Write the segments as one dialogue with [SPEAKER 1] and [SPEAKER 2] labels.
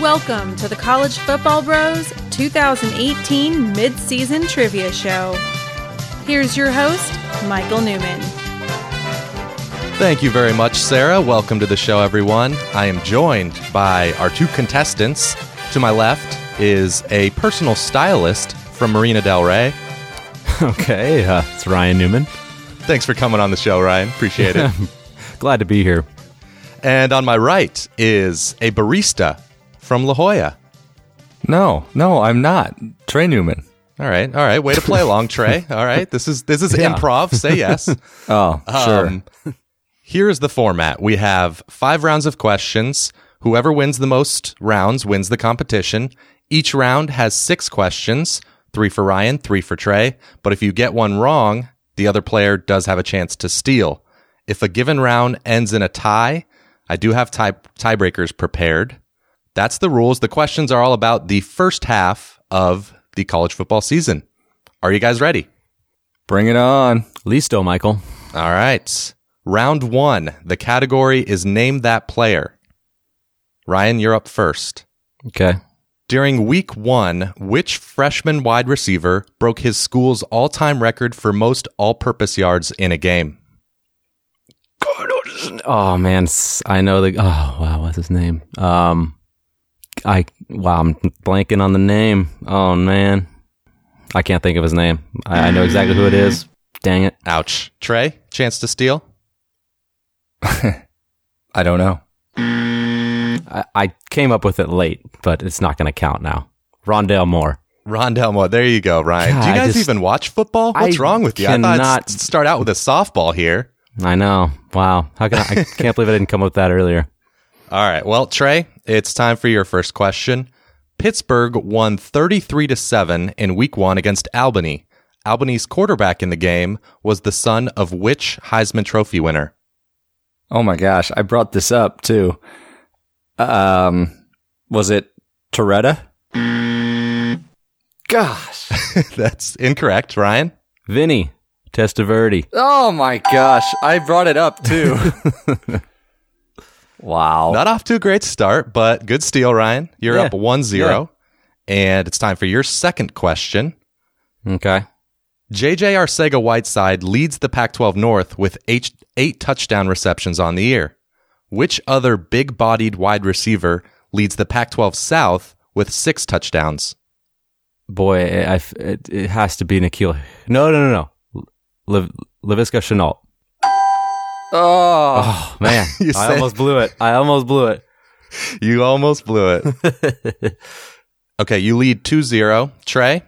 [SPEAKER 1] welcome to the College Football Bros 2018 Midseason Trivia Show. Here's your host, Michael Newman.
[SPEAKER 2] Thank you very much, Sarah. Welcome to the show, everyone. I am joined by our two contestants. To my left is a personal stylist from Marina Del Rey.
[SPEAKER 3] Okay, uh, it's Ryan Newman.
[SPEAKER 2] Thanks for coming on the show, Ryan. Appreciate it.
[SPEAKER 3] Glad to be here.
[SPEAKER 2] and on my right is a barista from La Jolla. No, no, I'm not. Trey Newman. All right, all right. Way to play along, Trey. All right, this is this is improv. Say yes.
[SPEAKER 3] Oh, sure.
[SPEAKER 2] Um, here's the format we have five rounds of questions. Whoever wins the most rounds wins the competition. Each round has six questions three for Ryan, three for Trey. But if you get one wrong, the other player does have a chance to steal. If a given round ends in a tie, I do have tie- tiebreakers prepared. That's the rules. The questions are all about the first half of the college football season. Are you guys ready?
[SPEAKER 3] Bring it on. Listo, Michael.
[SPEAKER 2] All right. Round one. The category is Name That Player. Ryan, you're up first.
[SPEAKER 3] Okay.
[SPEAKER 2] During week one, which freshman wide receiver broke his school's all time record for most all purpose yards in a game?
[SPEAKER 3] Oh, man. s- I know the. Oh, wow. What's his name? Um, I. Wow. I'm blanking on the name. Oh, man. I can't think of his name. I, I know exactly who it is. Dang it.
[SPEAKER 2] Ouch. Trey, chance to steal?
[SPEAKER 4] I don't know.
[SPEAKER 3] I, I came up with it late, but it's not going to count now. Rondell Moore.
[SPEAKER 2] Rondell Moore. There you go, Ryan.
[SPEAKER 3] God,
[SPEAKER 2] Do you
[SPEAKER 3] I
[SPEAKER 2] guys
[SPEAKER 3] just-
[SPEAKER 2] even watch football? What's
[SPEAKER 3] I
[SPEAKER 2] wrong with you? I thought
[SPEAKER 3] cannot-
[SPEAKER 2] I'd s- start out with a softball here.
[SPEAKER 3] I know. Wow. How can I, I can't believe I didn't come up with that earlier.
[SPEAKER 2] All right. Well, Trey, it's time for your first question. Pittsburgh won 33 to 7 in week 1 against Albany. Albany's quarterback in the game was the son of which Heisman Trophy winner?
[SPEAKER 4] Oh my gosh, I brought this up too. Um, was it Toretta? Gosh.
[SPEAKER 2] That's incorrect, Ryan.
[SPEAKER 3] Vinny Testaverde.
[SPEAKER 4] Oh my gosh, I brought it up too. wow.
[SPEAKER 2] Not off to a great start, but good steal, Ryan. You're
[SPEAKER 3] Yeah.
[SPEAKER 2] up 1 0. And it's time for your second question.
[SPEAKER 3] Okay.
[SPEAKER 2] JJ Arcega Whiteside leads the Pac 12 North with eight, eight touchdown receptions on the year. Which other big bodied wide receiver leads the Pac 12 South with six touchdowns?
[SPEAKER 3] Boy, I, I- it, it has to be Nikhil. No, no, no, no. Liv, Lavisca Chenault.
[SPEAKER 4] oh,
[SPEAKER 3] Oh, man.
[SPEAKER 2] You
[SPEAKER 3] I
[SPEAKER 2] said-
[SPEAKER 3] almost blew it. I almost blew it.
[SPEAKER 2] You almost blew it. okay, you lead 2 0. Trey,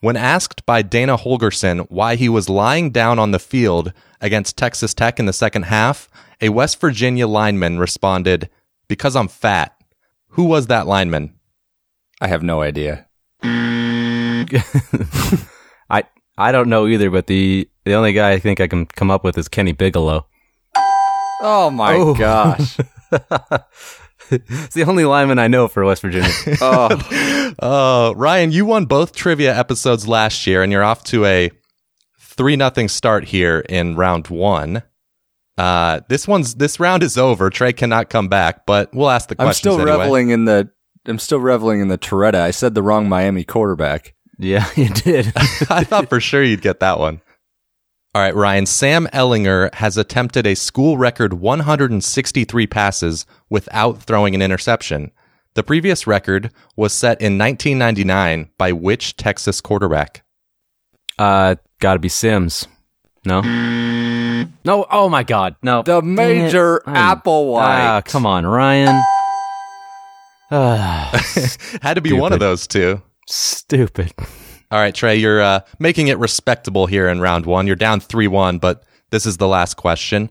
[SPEAKER 2] when asked by Dana Holgerson why he was lying down on the field against Texas Tech in the second half, a West Virginia lineman responded, Because I'm fat. Who was that lineman?
[SPEAKER 4] I have no idea.
[SPEAKER 3] I I don't know either, but the, the only guy I think I can come up with is Kenny Bigelow.
[SPEAKER 4] Oh my
[SPEAKER 3] Oh.
[SPEAKER 4] gosh.
[SPEAKER 3] It's the only lineman I know for West Virginia.
[SPEAKER 4] Oh,
[SPEAKER 2] Uh, Ryan, you won both trivia episodes last year, and you're off to a three nothing start here in round one. Uh, this one's this round is over. Trey cannot come back, but we'll ask the
[SPEAKER 4] I'm
[SPEAKER 2] questions
[SPEAKER 4] still
[SPEAKER 2] anyway.
[SPEAKER 4] reveling in the I'm still reveling in the Toretta. I said the wrong Miami quarterback.
[SPEAKER 3] yeah, you did.
[SPEAKER 2] I thought for sure you'd get that one. All right, Ryan. Sam Ellinger has attempted a school record 163 passes without throwing an interception. The previous record was set in 1999 by which Texas quarterback?
[SPEAKER 3] Uh, gotta be Sims. No? No, oh my god, no.
[SPEAKER 4] The
[SPEAKER 3] Dang it.
[SPEAKER 4] Major
[SPEAKER 3] I'm-
[SPEAKER 4] Applewhite.
[SPEAKER 3] Ah, come on, Ryan. Ah,
[SPEAKER 2] Had to be one of
[SPEAKER 3] Stupid.
[SPEAKER 2] those two.
[SPEAKER 3] stupid.
[SPEAKER 2] All right, Trey, you're uh, making it respectable here in round one. You're down 3 1, but this is the last question.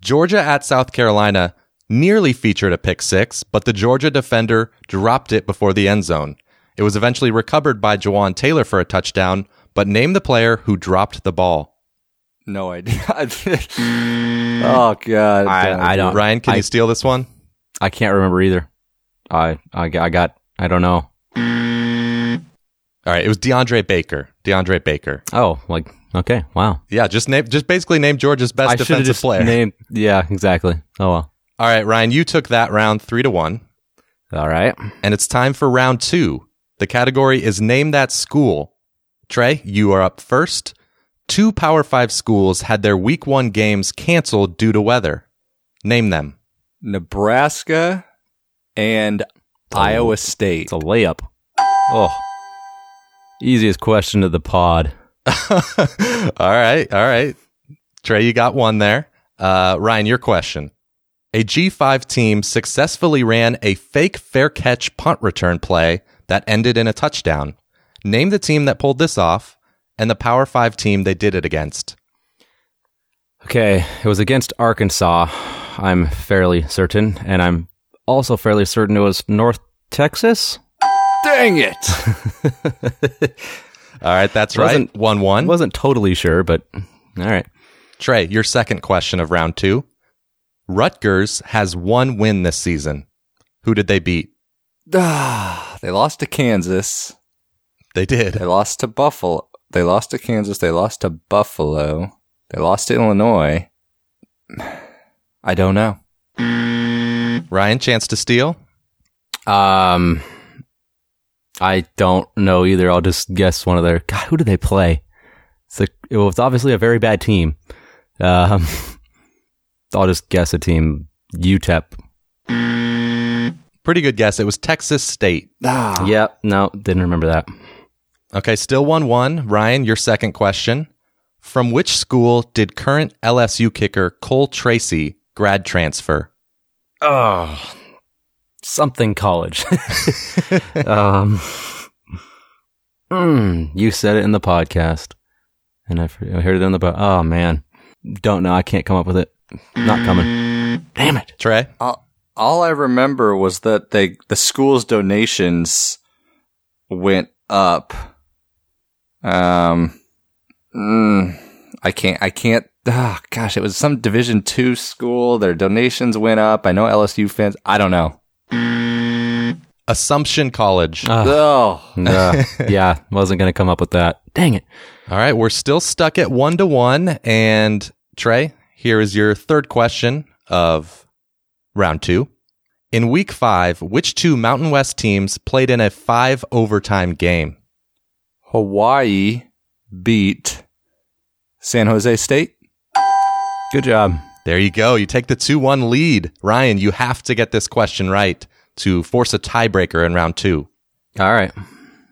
[SPEAKER 2] Georgia at South Carolina nearly featured a pick six, but the Georgia defender dropped it before the end zone. It was eventually recovered by Jawan Taylor for a touchdown, but name the player who dropped the ball.
[SPEAKER 4] No idea. oh god.
[SPEAKER 3] I, I don't.
[SPEAKER 2] Ryan, can
[SPEAKER 3] I,
[SPEAKER 2] you steal this one?
[SPEAKER 3] I can't remember either. I, I, g- I got. I don't know.
[SPEAKER 2] All right, it was DeAndre Baker. DeAndre Baker.
[SPEAKER 3] Oh, like okay. Wow.
[SPEAKER 2] Yeah, just name, just basically name Georgia's best
[SPEAKER 3] I should have
[SPEAKER 2] defensive
[SPEAKER 3] just
[SPEAKER 2] player.
[SPEAKER 3] named. Yeah, exactly. Oh well.
[SPEAKER 2] All right, Ryan, you took that round three to one.
[SPEAKER 3] All right.
[SPEAKER 2] And it's time for round two. The category is Name That School. Trey, you are up first. Two Power Five schools had their week one games canceled due to weather. Name them.
[SPEAKER 4] Nebraska and Iowa State.
[SPEAKER 3] It's a layup. Oh. Easiest question of the pod.
[SPEAKER 2] all right, all right. Trey, you got one there. Uh, Ryan, your question. A G5 team successfully ran a fake fair catch punt return play that ended in a touchdown. Name the team that pulled this off and the Power 5 team they did it against.
[SPEAKER 3] Okay, it was against Arkansas, I'm fairly certain, and I'm also fairly certain it was North Texas.
[SPEAKER 4] Dang it!
[SPEAKER 2] All right, that's right.
[SPEAKER 3] Wasn't-
[SPEAKER 2] 1 1.
[SPEAKER 3] Wasn't totally sure, but all right.
[SPEAKER 2] Trey, your second question of round two. Rutgers has one win this season. Who did they beat?
[SPEAKER 4] Ah, they lost to Kansas.
[SPEAKER 2] They
[SPEAKER 4] They
[SPEAKER 2] did.
[SPEAKER 4] lost to Buffalo. They lost to Kansas. They lost to Buffalo. They lost to Illinois. I don't know.
[SPEAKER 2] Ryan, chance to steal?
[SPEAKER 3] Um, I don't know either. I'll just guess one of their. God, who do they play? It's a, it was obviously a very bad team. Um, I'll just guess a team. E UTEP.
[SPEAKER 2] Pretty good guess. It was Texas State.
[SPEAKER 4] Ah,
[SPEAKER 3] Yep. No, didn't remember that.
[SPEAKER 2] Okay, still 1 1. Ryan, your second question. From which school did current LSU kicker Cole Tracy grad transfer?
[SPEAKER 3] Oh, something college. um, mm, you said it in the podcast, and I, f- I heard it in the. Po- oh man, don't know. I can't come up with it. Not coming. Damn it.
[SPEAKER 2] Trey?
[SPEAKER 4] all, all I remember was that they the school's donations went up. Um, mm, I can't. I can't. Ah, gosh, it was some Division two school. Their donations went up. I know LSU fans. I don't know.
[SPEAKER 2] Assumption College.
[SPEAKER 4] Oh,
[SPEAKER 3] Uh, yeah, wasn't gonna come up with that. Dang it.
[SPEAKER 2] All right, we're still stuck at 1 to 1. And Trey, here is your third question of round two. In week five, which two Mountain West teams played in a five overtime game?
[SPEAKER 4] Hawaii beat San Jose State.
[SPEAKER 3] Good job.
[SPEAKER 2] There you go. You take the 2 1 lead. Ryan, you have to get this question right to force a tiebreaker in round two.
[SPEAKER 3] All right.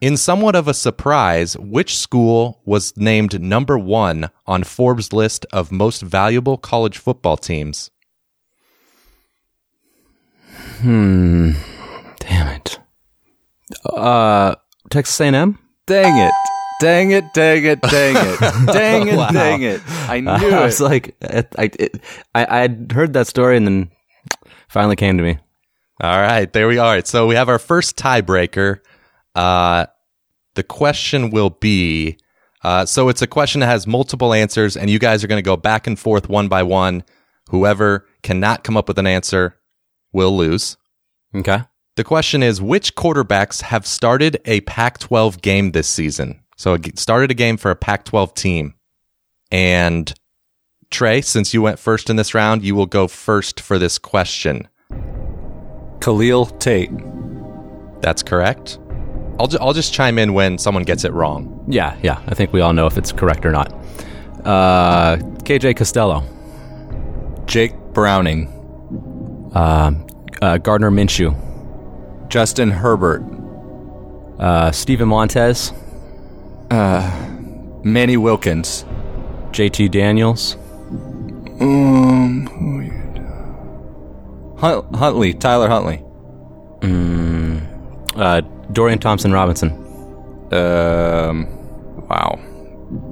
[SPEAKER 2] In somewhat of a surprise, which school was named number one on Forbes' list of most valuable college football teams?
[SPEAKER 3] Hmm. Damn it. Uh, Texas A&M.
[SPEAKER 4] Dang it. Dang it, dang it, dang it. Dang it,
[SPEAKER 3] Wow.
[SPEAKER 4] dang it. I knew
[SPEAKER 3] I
[SPEAKER 4] it.
[SPEAKER 3] was like, I, I, it, I, I'd heard that story, and then finally came to me.
[SPEAKER 2] All right, there we are. So we have our first tiebreaker. Uh, the question will be uh, so it's a question that has multiple answers, and you guys are going to go back and forth one by one. Whoever cannot come up with an answer will lose.
[SPEAKER 3] Okay.
[SPEAKER 2] The question is which quarterbacks have started a Pac 12 game this season? So it started a game for a Pac 12 team. And Trey, since you went first in this round, you will go first for this question.
[SPEAKER 4] Khalil Tate.
[SPEAKER 2] That's correct. I'll, ju- I'll just chime in when someone gets it wrong.
[SPEAKER 3] Yeah, yeah. I think we all know if it's correct or not. Uh, KJ Costello,
[SPEAKER 4] Jake Browning.
[SPEAKER 3] Um uh, Gardner Minshew,
[SPEAKER 4] Justin Herbert.
[SPEAKER 3] uh, Stephen Montez,
[SPEAKER 4] Manny Wilkins.
[SPEAKER 3] JT Daniels,
[SPEAKER 4] Um, who Hunt- Huntley. Tyler Huntley.
[SPEAKER 3] uh, Dorian Thompson Robinson.
[SPEAKER 4] Um, wow.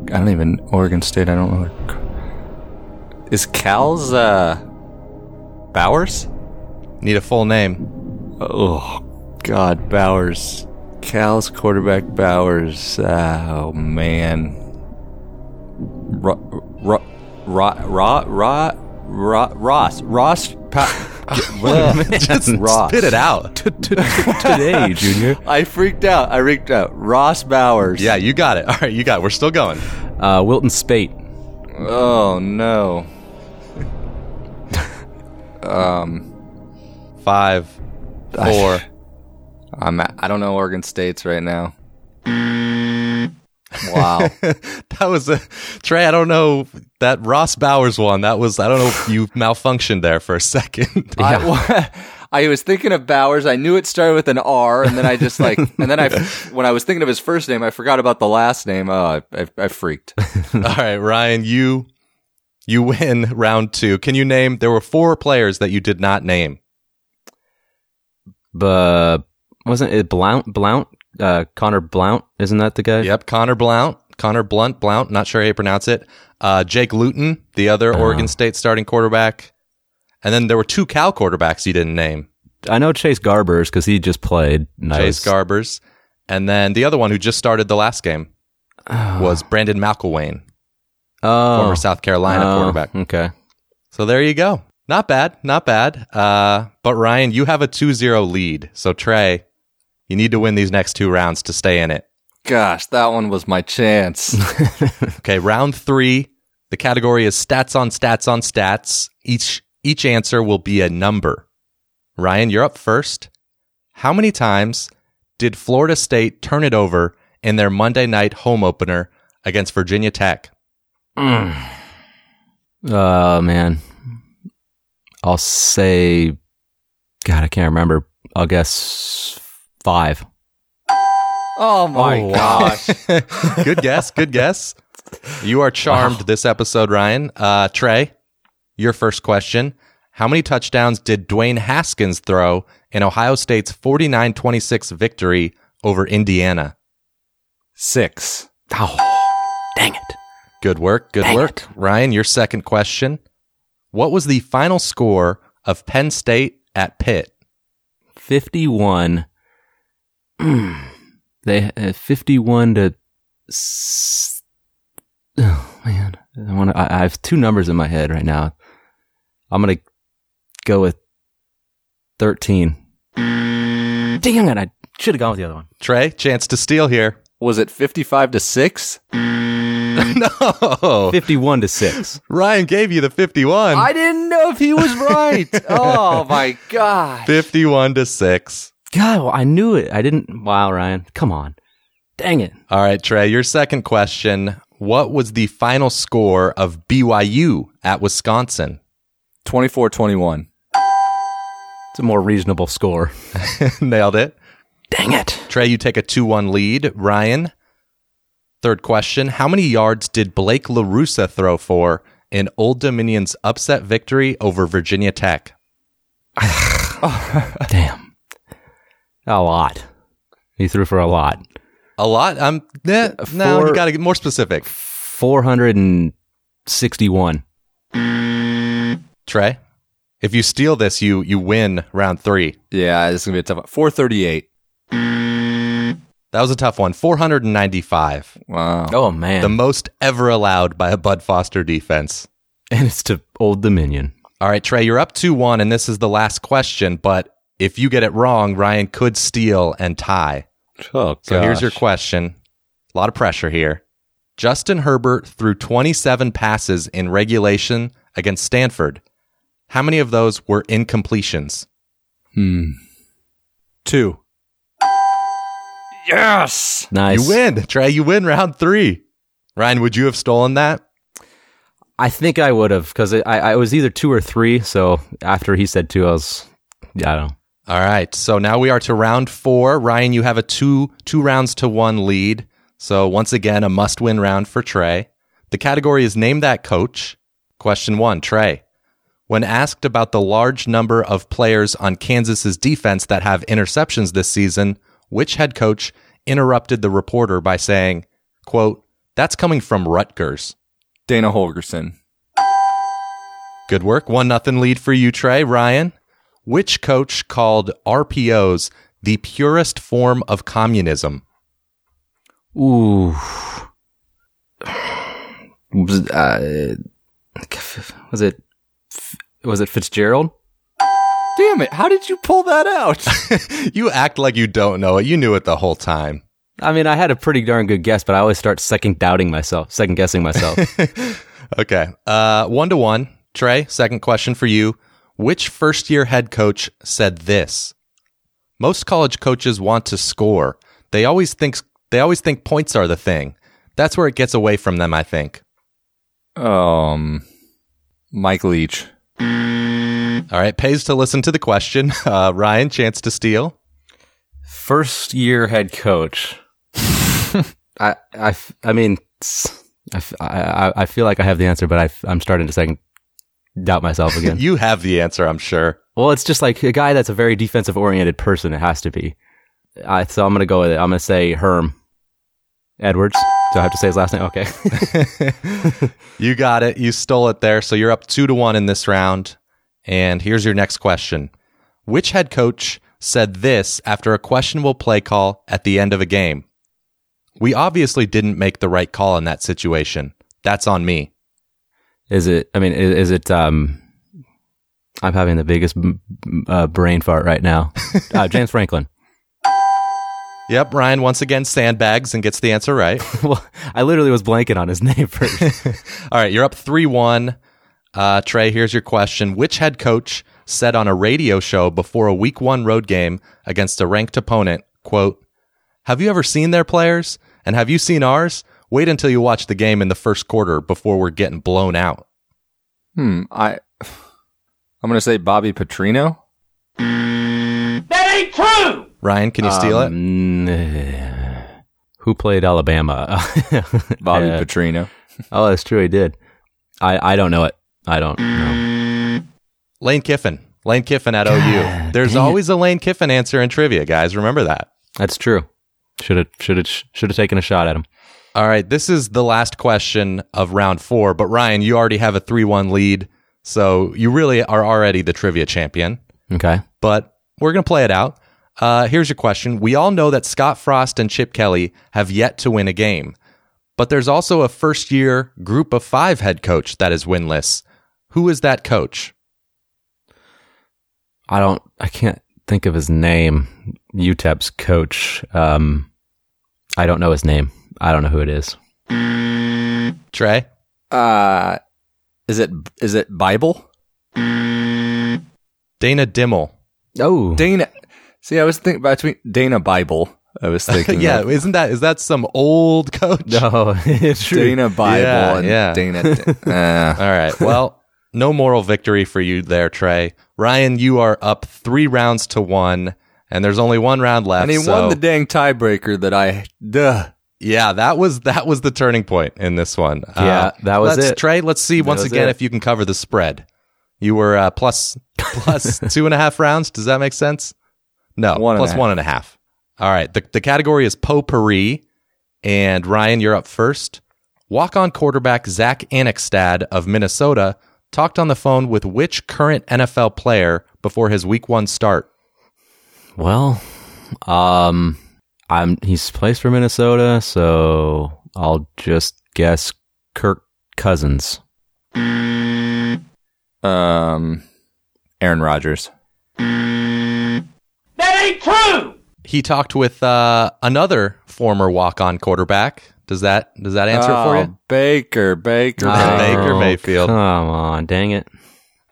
[SPEAKER 4] I don't even. Oregon State, I don't know. where- Is Cal's, uh, Bowers?
[SPEAKER 2] Need a full name.
[SPEAKER 4] Oh God, Bowers, Cal's quarterback Bowers. Oh man, Ro- Ro- Ro- Ro- Ro- Ro- Ross, Ross, Pa-
[SPEAKER 2] Just
[SPEAKER 4] Ross.
[SPEAKER 2] spit it out.
[SPEAKER 3] Today, Junior.
[SPEAKER 4] I freaked out. I freaked out. Ross Bowers.
[SPEAKER 2] yeah, you got it. All right, you got it. We're still going.
[SPEAKER 3] Uh, Wilton Spate.
[SPEAKER 4] Oh no.
[SPEAKER 2] Five, four,
[SPEAKER 4] I'm at, I don't know Oregon states right now. Wow.
[SPEAKER 2] That was a Trey. I don't know that Ross Bowers one. That was I don't know if you malfunctioned there for a second.
[SPEAKER 4] I, I was thinking of Bowers. I knew it started with an R, and then I just like, and then I, when I was thinking of his first name, I forgot about the last name. Oh, I, I, I freaked.
[SPEAKER 2] All right, Ryan, you you win round two. Can you name? There were four players that you did not name.
[SPEAKER 3] But wasn't it Blount? Blount? Uh, Connor Blount? Isn't that the guy?
[SPEAKER 2] Yep, Connor Blount, Connor Blunt, Blount. Not sure how you pronounce it. Uh, Jake Luton, the other
[SPEAKER 3] Uh-huh.
[SPEAKER 2] Oregon State starting quarterback, and then there were two Cal quarterbacks you didn't name.
[SPEAKER 3] I know Chase Garbers because he just played.
[SPEAKER 2] Chase Garbers, and then the other one who just started the last game was Brandon McElwain,
[SPEAKER 3] Ah. oh,
[SPEAKER 2] former South Carolina
[SPEAKER 3] oh,
[SPEAKER 2] quarterback.
[SPEAKER 3] Okay.
[SPEAKER 2] So there you go. Not bad, not bad. Uh, but Ryan, you have a 2-0 lead. So Trey, you need to win these next two rounds to stay in it.
[SPEAKER 4] Gosh, that one was my chance.
[SPEAKER 2] Okay, round 3. The category is stats on stats on stats. Each each answer will be a number. Ryan, you're up first. How many times did Florida State turn it over in their Monday night home opener against Virginia Tech?
[SPEAKER 3] Oh man, I'll say, God, I can't remember. I'll guess five.
[SPEAKER 4] Oh my gosh.
[SPEAKER 2] good guess. Good guess. You are charmed this episode, Ryan. Uh, Trey, your first question. How many touchdowns did Dwayne Haskins throw in Ohio State's 49 26 victory over Indiana?
[SPEAKER 4] Six.
[SPEAKER 3] Oh, dang it!
[SPEAKER 2] Good work. Good
[SPEAKER 3] Dang
[SPEAKER 2] work.
[SPEAKER 3] it.
[SPEAKER 2] Ryan, your second question. What was the final score of Penn State at Pitt?
[SPEAKER 3] Fifty-one. they uh, fifty-one to. s- Oh man, I want to. I, I have two numbers in my head right now. I'm gonna go with thirteen. Dang it! I should have gone with the other one.
[SPEAKER 2] Trey, chance to steal here.
[SPEAKER 4] Was it 55 to 6?
[SPEAKER 2] no.
[SPEAKER 3] Fifty-one to six.
[SPEAKER 2] Ryan gave you the 51.
[SPEAKER 4] I didn't know if he was right. oh my gosh.
[SPEAKER 2] 51 to 6.
[SPEAKER 3] God, well, I knew it. I didn't. Wow, Ryan, come on. Dang it.
[SPEAKER 2] All right, Trey, your second question. What was the final score of BYU at Wisconsin?
[SPEAKER 4] 24 21.
[SPEAKER 3] It's a more reasonable score.
[SPEAKER 2] Nailed it.
[SPEAKER 3] Dang it.
[SPEAKER 2] Trey, you take a 2 1 lead. Ryan, third question. How many yards did Blake LaRussa throw for in Old Dominion's upset victory over Virginia Tech?
[SPEAKER 3] Damn. A lot. He threw for a lot.
[SPEAKER 2] A lot. I'm eh, no.
[SPEAKER 3] Four-
[SPEAKER 2] You got to get more specific.
[SPEAKER 3] 461.
[SPEAKER 2] Trey, if you steal this, you you win round three.
[SPEAKER 4] Yeah, this is going to be a tough one. 438.
[SPEAKER 2] That was a tough one. 495,
[SPEAKER 4] Wow.
[SPEAKER 3] Oh, man.
[SPEAKER 2] the most ever allowed by a Bud Foster defense.
[SPEAKER 3] and it's to Old Dominion.
[SPEAKER 2] All right, Trey, you're up 2 1, and this is the last question. But if you get it wrong, Ryan could steal and tie.
[SPEAKER 4] Oh,
[SPEAKER 2] So here's your question. A lot of pressure here. Justin Herbert threw 27 passes in regulation against Stanford. How many of those were incompletions?
[SPEAKER 4] two. Yes.
[SPEAKER 3] Nice.
[SPEAKER 2] You win, Trey. You win round three. Ryan, would you have stolen that?
[SPEAKER 3] I think I would have because I, I was either two or three. So after he said two, I was, yeah, I don't know.
[SPEAKER 2] All right. So now we are to round four. Ryan, you have a two two rounds to one lead. So once again, a must win round for Trey. The category is name that coach. Question one, Trey. When asked about the large number of players on Kansas's defense that have interceptions this season, which head coach interrupted the reporter by saying, quote, that's coming from Rutgers.
[SPEAKER 4] Dana Holgerson.
[SPEAKER 2] Good work. One nothing lead for you, Trey. Ryan, which coach called RPOs the purest form of communism?
[SPEAKER 3] Ooh. Was, uh, was it was it Fitzgerald?
[SPEAKER 4] Damn it. How did you pull that out?
[SPEAKER 2] You act like you don't know it. You knew it the whole time.
[SPEAKER 3] I mean, I had a pretty darn good guess, but I always start second doubting myself, second guessing myself.
[SPEAKER 2] Okay. Uh, one to one. Trey, second question for you. Which first year head coach said this? Most college coaches want to score. They always think they always think points are the thing. That's where it gets away from them, I think.
[SPEAKER 4] Um, Mike Leach.
[SPEAKER 2] All right, pays to listen to the question. Uh, Ryan, chance to steal.
[SPEAKER 3] First year head coach. I, I, f- I mean, s- I, f- I- I- I feel like I have the answer, but I, am starting to second doubt myself again.
[SPEAKER 2] You have the answer, I'm sure.
[SPEAKER 3] well, it's just like a guy that's a very defensive oriented person. It has to be. I, so I'm going to go with it. I'm going to say Herm Edwards. Do I have to say his last name? Okay.
[SPEAKER 2] You got it. You stole it there. So you're up two to one in this round. And here's your next question Which head coach said this after a questionable play call at the end of a game? We obviously didn't make the right call in that situation. That's on me.
[SPEAKER 3] Is it? I mean, is, is it? Um, I'm having the biggest m- m- uh, brain fart right now. Uh, James Franklin.
[SPEAKER 2] Yep, Ryan once again sandbags and gets the answer right.
[SPEAKER 3] well, I literally was blanking on his name first.
[SPEAKER 2] All right, you're up 3 1. Uh, Trey, here's your question. Which head coach said on a radio show before a week one road game against a ranked opponent, quote, Have you ever seen their players? And have you seen ours? Wait until you watch the game in the first quarter before we're getting blown out.
[SPEAKER 4] Hmm. I. I'm gonna say Bobby Petrino.
[SPEAKER 2] Ryan, can you steal
[SPEAKER 3] Um,
[SPEAKER 2] it?
[SPEAKER 4] Uh,
[SPEAKER 3] Mm, Who played Alabama?
[SPEAKER 4] Bobby
[SPEAKER 3] Uh,
[SPEAKER 4] Petrino.
[SPEAKER 3] oh, that's true. He did. I I don't know it. I don't know.
[SPEAKER 2] Lane Kiffin. Lane Kiffin at OU. There's
[SPEAKER 3] dang it.
[SPEAKER 2] always a Lane Kiffin answer in trivia, guys. Remember that.
[SPEAKER 3] That's true. Should have should have should have taken a shot at him.
[SPEAKER 2] All right, this is the last question of round four, but Ryan, you already have a 3 1 lead, so you really are already the trivia champion,
[SPEAKER 3] Okay.
[SPEAKER 2] but we're going to play it out. Uh, here's your question We all know that Scott Frost and Chip Kelly have yet to win a game, but there's also a first year group of five head coach that is winless. Who is that coach?
[SPEAKER 3] I don't. I can't think of his name. UTEP's coach. Um, I don't know his name. I don't know who it is.
[SPEAKER 2] Trey?
[SPEAKER 4] Uh, is it is it Bible?
[SPEAKER 2] Dana Dimmel.
[SPEAKER 3] Oh,
[SPEAKER 4] Dana. See, I was thinking between Dana Bible. I was thinking.
[SPEAKER 2] yeah,
[SPEAKER 4] of
[SPEAKER 2] isn't that is that some old coach?
[SPEAKER 3] no, it's true.
[SPEAKER 4] Dana Bible
[SPEAKER 2] Yeah,
[SPEAKER 4] and
[SPEAKER 2] yeah.
[SPEAKER 4] Dana. uh,
[SPEAKER 2] All right. Well, no moral victory for you there, Trey. Ryan, you are up three rounds to one, and there's only one round left.
[SPEAKER 4] and he
[SPEAKER 2] so-
[SPEAKER 4] won the dang tiebreaker that I. Duh.
[SPEAKER 2] yeah, that was that was the turning point in this one. Uh,
[SPEAKER 3] Yeah, that was
[SPEAKER 2] let's,
[SPEAKER 3] it.
[SPEAKER 2] Trey, let's see once
[SPEAKER 3] was
[SPEAKER 2] again
[SPEAKER 3] it.
[SPEAKER 2] if you can cover the spread. You were uh, plus plus two and a half rounds. Does that make sense? No,
[SPEAKER 4] One and
[SPEAKER 2] plus
[SPEAKER 4] a half.
[SPEAKER 2] one and a half. All right. The the category is potpourri, and Ryan, you're up first. Walk-on quarterback Zach Anakstad of Minnesota talked on the phone with which current NFL player before his Week One start?
[SPEAKER 3] Well, um, I'm he's plays for Minnesota, so I'll just guess Kirk Cousins.
[SPEAKER 4] Um, Aaron Rodgers.
[SPEAKER 2] He talked with uh, another former walk-on quarterback. Does that does that answer it for
[SPEAKER 4] Oh,
[SPEAKER 2] you?
[SPEAKER 4] Baker, Baker,
[SPEAKER 2] Ah.
[SPEAKER 4] Baker.
[SPEAKER 2] Baker Mayfield.
[SPEAKER 3] Come on, dang it!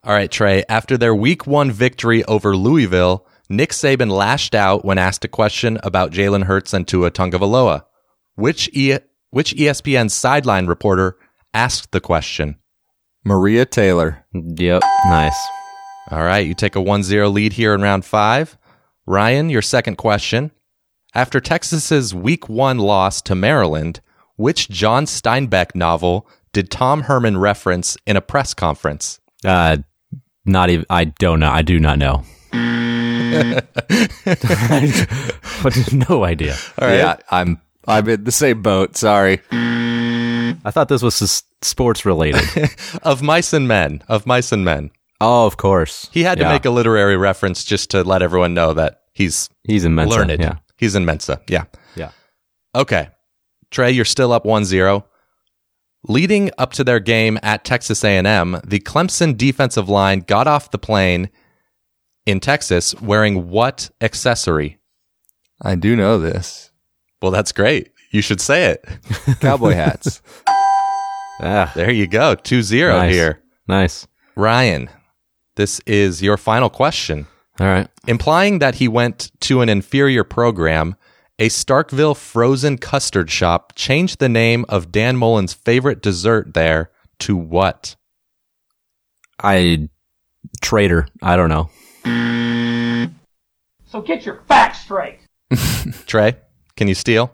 [SPEAKER 2] All right, Trey. After their week one victory over Louisville, Nick Saban lashed out when asked a question about Jalen Hurts and Tua Tungavaloa. Which, e- which ESPN sideline reporter asked the question?
[SPEAKER 4] Maria Taylor.
[SPEAKER 3] Yep, nice.
[SPEAKER 2] All right, you take a 1 0 lead here in round five. Ryan, your second question. After Texas's week one loss to Maryland, which John Steinbeck novel did Tom Herman reference in a press conference?
[SPEAKER 3] Uh, not even. I don't know. I do not know. but no idea.
[SPEAKER 4] Yeah, I'm. I'm in the same boat. Sorry.
[SPEAKER 3] I thought this was s- sports related.
[SPEAKER 2] Of Mice and Men. Of Mice and Men.
[SPEAKER 3] oh, of course.
[SPEAKER 2] He had to
[SPEAKER 3] Yeah.
[SPEAKER 2] make a literary reference just to let everyone know that he's
[SPEAKER 3] He's in Mensa.
[SPEAKER 2] learned.
[SPEAKER 3] Yeah.
[SPEAKER 2] He's in Mensa. Yeah.
[SPEAKER 3] Yeah.
[SPEAKER 2] Okay. Trey, you're still up 1-0. Leading up to their game at Texas A&M, the Clemson defensive line got off the plane in Texas wearing what accessory?
[SPEAKER 4] I do know this.
[SPEAKER 2] Well, that's great. You should say it.
[SPEAKER 4] Cowboy hats.
[SPEAKER 3] Ah,
[SPEAKER 2] There you go. 2-0
[SPEAKER 3] Nice.
[SPEAKER 2] here.
[SPEAKER 3] nice.
[SPEAKER 2] Ryan, this is your final question.
[SPEAKER 3] All right.
[SPEAKER 2] implying that he went to an inferior program. A Starkville frozen custard shop changed the name of Dan Mullen's favorite dessert there to what?
[SPEAKER 3] I traitor. I don't know.
[SPEAKER 5] So get your facts straight.
[SPEAKER 2] Trey, can you steal?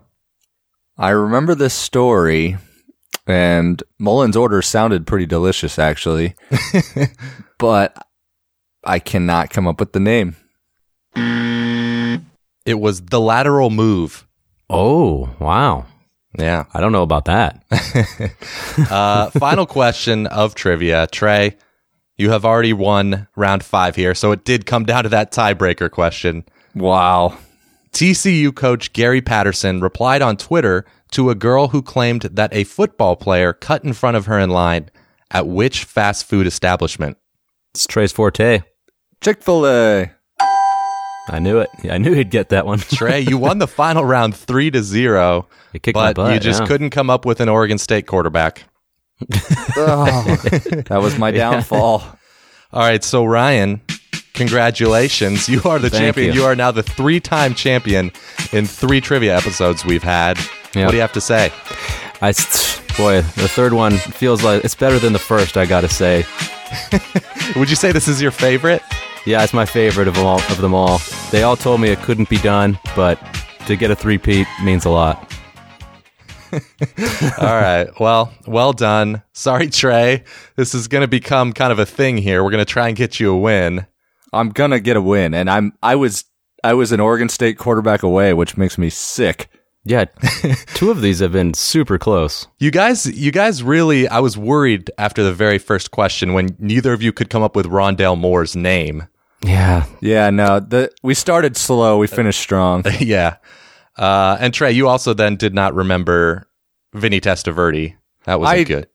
[SPEAKER 4] I remember this story, and Mullen's order sounded pretty delicious, actually. but I cannot come up with the name.
[SPEAKER 2] It was the lateral move.
[SPEAKER 3] Oh wow.
[SPEAKER 2] Yeah.
[SPEAKER 3] I don't know about that.
[SPEAKER 2] Uh, final question of trivia. Trey, you have already won round five here, so it did come down to that tiebreaker question.
[SPEAKER 4] Wow.
[SPEAKER 2] TCU coach Gary Patterson replied on Twitter to a girl who claimed that a football player cut in front of her in line at which fast food establishment?
[SPEAKER 3] It's Trey's forte.
[SPEAKER 4] Chick fil A.
[SPEAKER 3] I knew it. I knew he'd get that one.
[SPEAKER 2] Trey, you won the final round three to zero,
[SPEAKER 3] He kicked my
[SPEAKER 2] but
[SPEAKER 3] butt.
[SPEAKER 2] you just
[SPEAKER 3] yeah.
[SPEAKER 2] couldn't come up with an Oregon State quarterback.
[SPEAKER 4] Oh, that was my downfall.
[SPEAKER 2] All right, so Ryan, congratulations. You are the
[SPEAKER 3] Thank
[SPEAKER 2] champion.
[SPEAKER 3] you.
[SPEAKER 2] You. are now the three time champion in three trivia episodes we've had.
[SPEAKER 3] Yeah.
[SPEAKER 2] What do you have to say?
[SPEAKER 3] I s- boy, the third one feels like it's better than the first. I gotta say.
[SPEAKER 2] Would you say this is your favorite?
[SPEAKER 3] Yeah, it's my favorite of all of them all. They all told me it couldn't be done, but to get a three-peat means a lot.
[SPEAKER 2] All right. Well, well done. Sorry, Trey. This is going to become kind of a thing here. We're going to try and get you a win.
[SPEAKER 4] I'm gonna get a win, and I'm I was I was an Oregon State quarterback away, which makes me sick.
[SPEAKER 3] Yeah, two of these have been super close.
[SPEAKER 2] You guys, you guys really, I was worried after the very first question when neither of you could come up with Rondell Moore's name.
[SPEAKER 3] Yeah,
[SPEAKER 4] Yeah, no, the we started slow, we finished strong.
[SPEAKER 2] yeah. Uh, and Trey, you also then did not remember Vinny Testaverde. That wasn't
[SPEAKER 4] I-
[SPEAKER 2] good.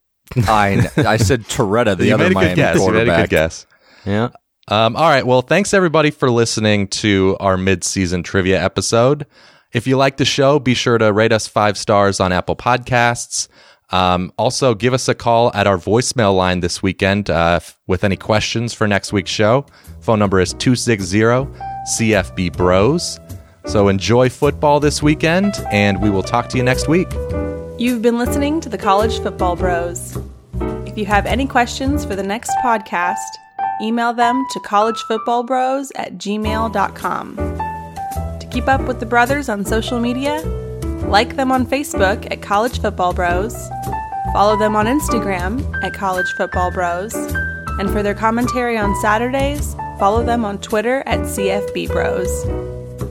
[SPEAKER 4] I I said Toretta, the
[SPEAKER 2] you
[SPEAKER 4] other
[SPEAKER 2] made a
[SPEAKER 4] Miami
[SPEAKER 2] good guess. You
[SPEAKER 4] quarterback.
[SPEAKER 2] made a good guess.
[SPEAKER 3] yeah.
[SPEAKER 2] Um, all right. Well, thanks everybody for listening to our mid-season trivia episode. If you like the show, be sure to rate us five stars on Apple Podcasts. Um, also, give us a call at our voicemail line this weekend uh, f- with any questions for next week's show. Phone number is 260 CFB Bros. So enjoy football this weekend, and we will talk to you next week.
[SPEAKER 1] You've been listening to the College Football Bros. If you have any questions for the next podcast, email them to collegefootballbros at gmail.com. To keep up with the brothers on social media, like them on Facebook at College Football Bros, follow them on Instagram at College Football Bros, and for their commentary on Saturdays, follow them on Twitter at CFB Bros.